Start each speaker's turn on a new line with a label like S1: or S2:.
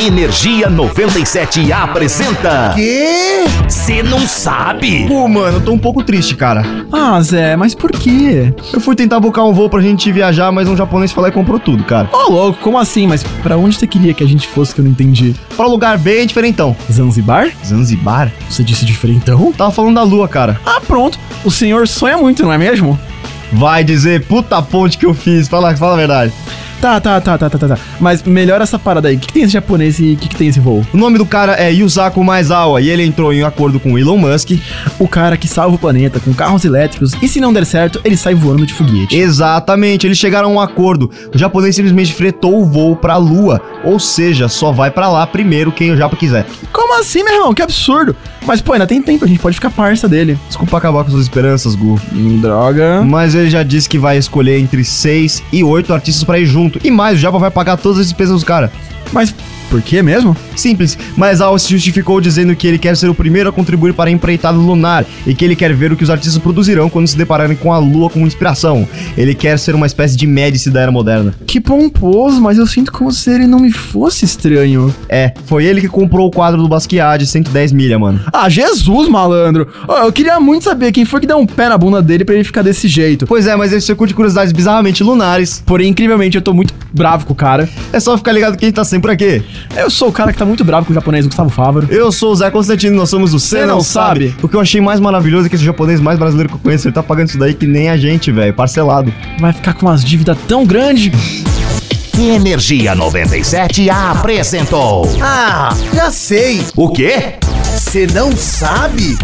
S1: Energia 97 apresenta.
S2: Quê?
S1: Você não sabe?
S2: Pô, mano, eu tô um pouco triste, cara.
S3: Ah, Zé, mas por quê?
S2: Eu fui tentar buscar um voo pra gente viajar, mas um japonês falou e comprou tudo, cara.
S3: Ô, louco, como assim? Mas pra onde você queria que a gente fosse que eu não entendi?
S2: Pra um lugar bem diferentão.
S3: Zanzibar?
S2: Zanzibar?
S3: Você disse diferentão? Tá.
S2: Tava falando da lua, cara.
S3: Ah, pronto. O senhor sonha muito, não é mesmo?
S2: Vai dizer, puta ponte que eu fiz. Fala, fala a verdade.
S3: Tá, tá, tá, tá, tá, tá. tá. Mas melhora essa parada aí. O que, que tem esse japonês e o que, que tem esse voo?
S2: O nome do cara é Yusaku Maizawa e ele entrou em acordo com Elon Musk.
S3: O cara que salva o planeta com carros elétricos e se não der certo, ele sai voando de foguete.
S2: Exatamente, eles chegaram a um acordo. O japonês simplesmente fretou o voo pra lua, ou seja, só vai pra lá primeiro quem o japa quiser.
S3: Como assim, meu irmão? Que absurdo. Mas, pô, ainda tem tempo, a gente pode ficar parça dele. Hum,
S2: Desculpa acabar com suas esperanças, Gu.
S3: Droga.
S2: Mas ele já disse que vai escolher entre 6 e 8 artistas pra ir junto. E mais, o Japa vai pagar todas as despesas dos caras.
S3: Mas por que mesmo?
S2: Simples, mas Al se justificou dizendo que ele quer ser o primeiro a contribuir para a empreitada lunar e que ele quer ver o que os artistas produzirão quando se depararem com a lua como inspiração. Ele quer ser uma espécie de médice da era moderna.
S3: Que pomposo, mas eu sinto como se ele não me fosse estranho.
S2: É, foi ele que comprou o quadro do Basquiat de 110 milha, mano.
S3: Ah, Jesus, malandro! Ó, eu queria muito saber quem foi que deu um pé na bunda dele pra ele ficar desse jeito.
S2: Pois é, mas ele secou de curiosidades bizarramente lunares.
S3: Porém, incrivelmente, eu tô muito bravo com o cara.
S2: É só ficar ligado que a gente tá sempre aqui.
S3: Eu sou o cara que tá muito bravo com o japonês Gustavo Fávaro.
S2: Eu sou o Zé Constantino, nós somos o Cê
S3: Cê
S2: não,
S3: Não
S2: sabe.
S3: Sabe.
S2: O que eu achei mais maravilhoso é que esse japonês mais brasileiro que eu conheço, ele tá pagando isso daí que nem a gente, velho, parcelado.
S3: Vai ficar com umas dívidas tão grandes.
S1: Energia 97 apresentou.
S4: Ah, já sei.
S1: O quê?
S4: Você não sabe?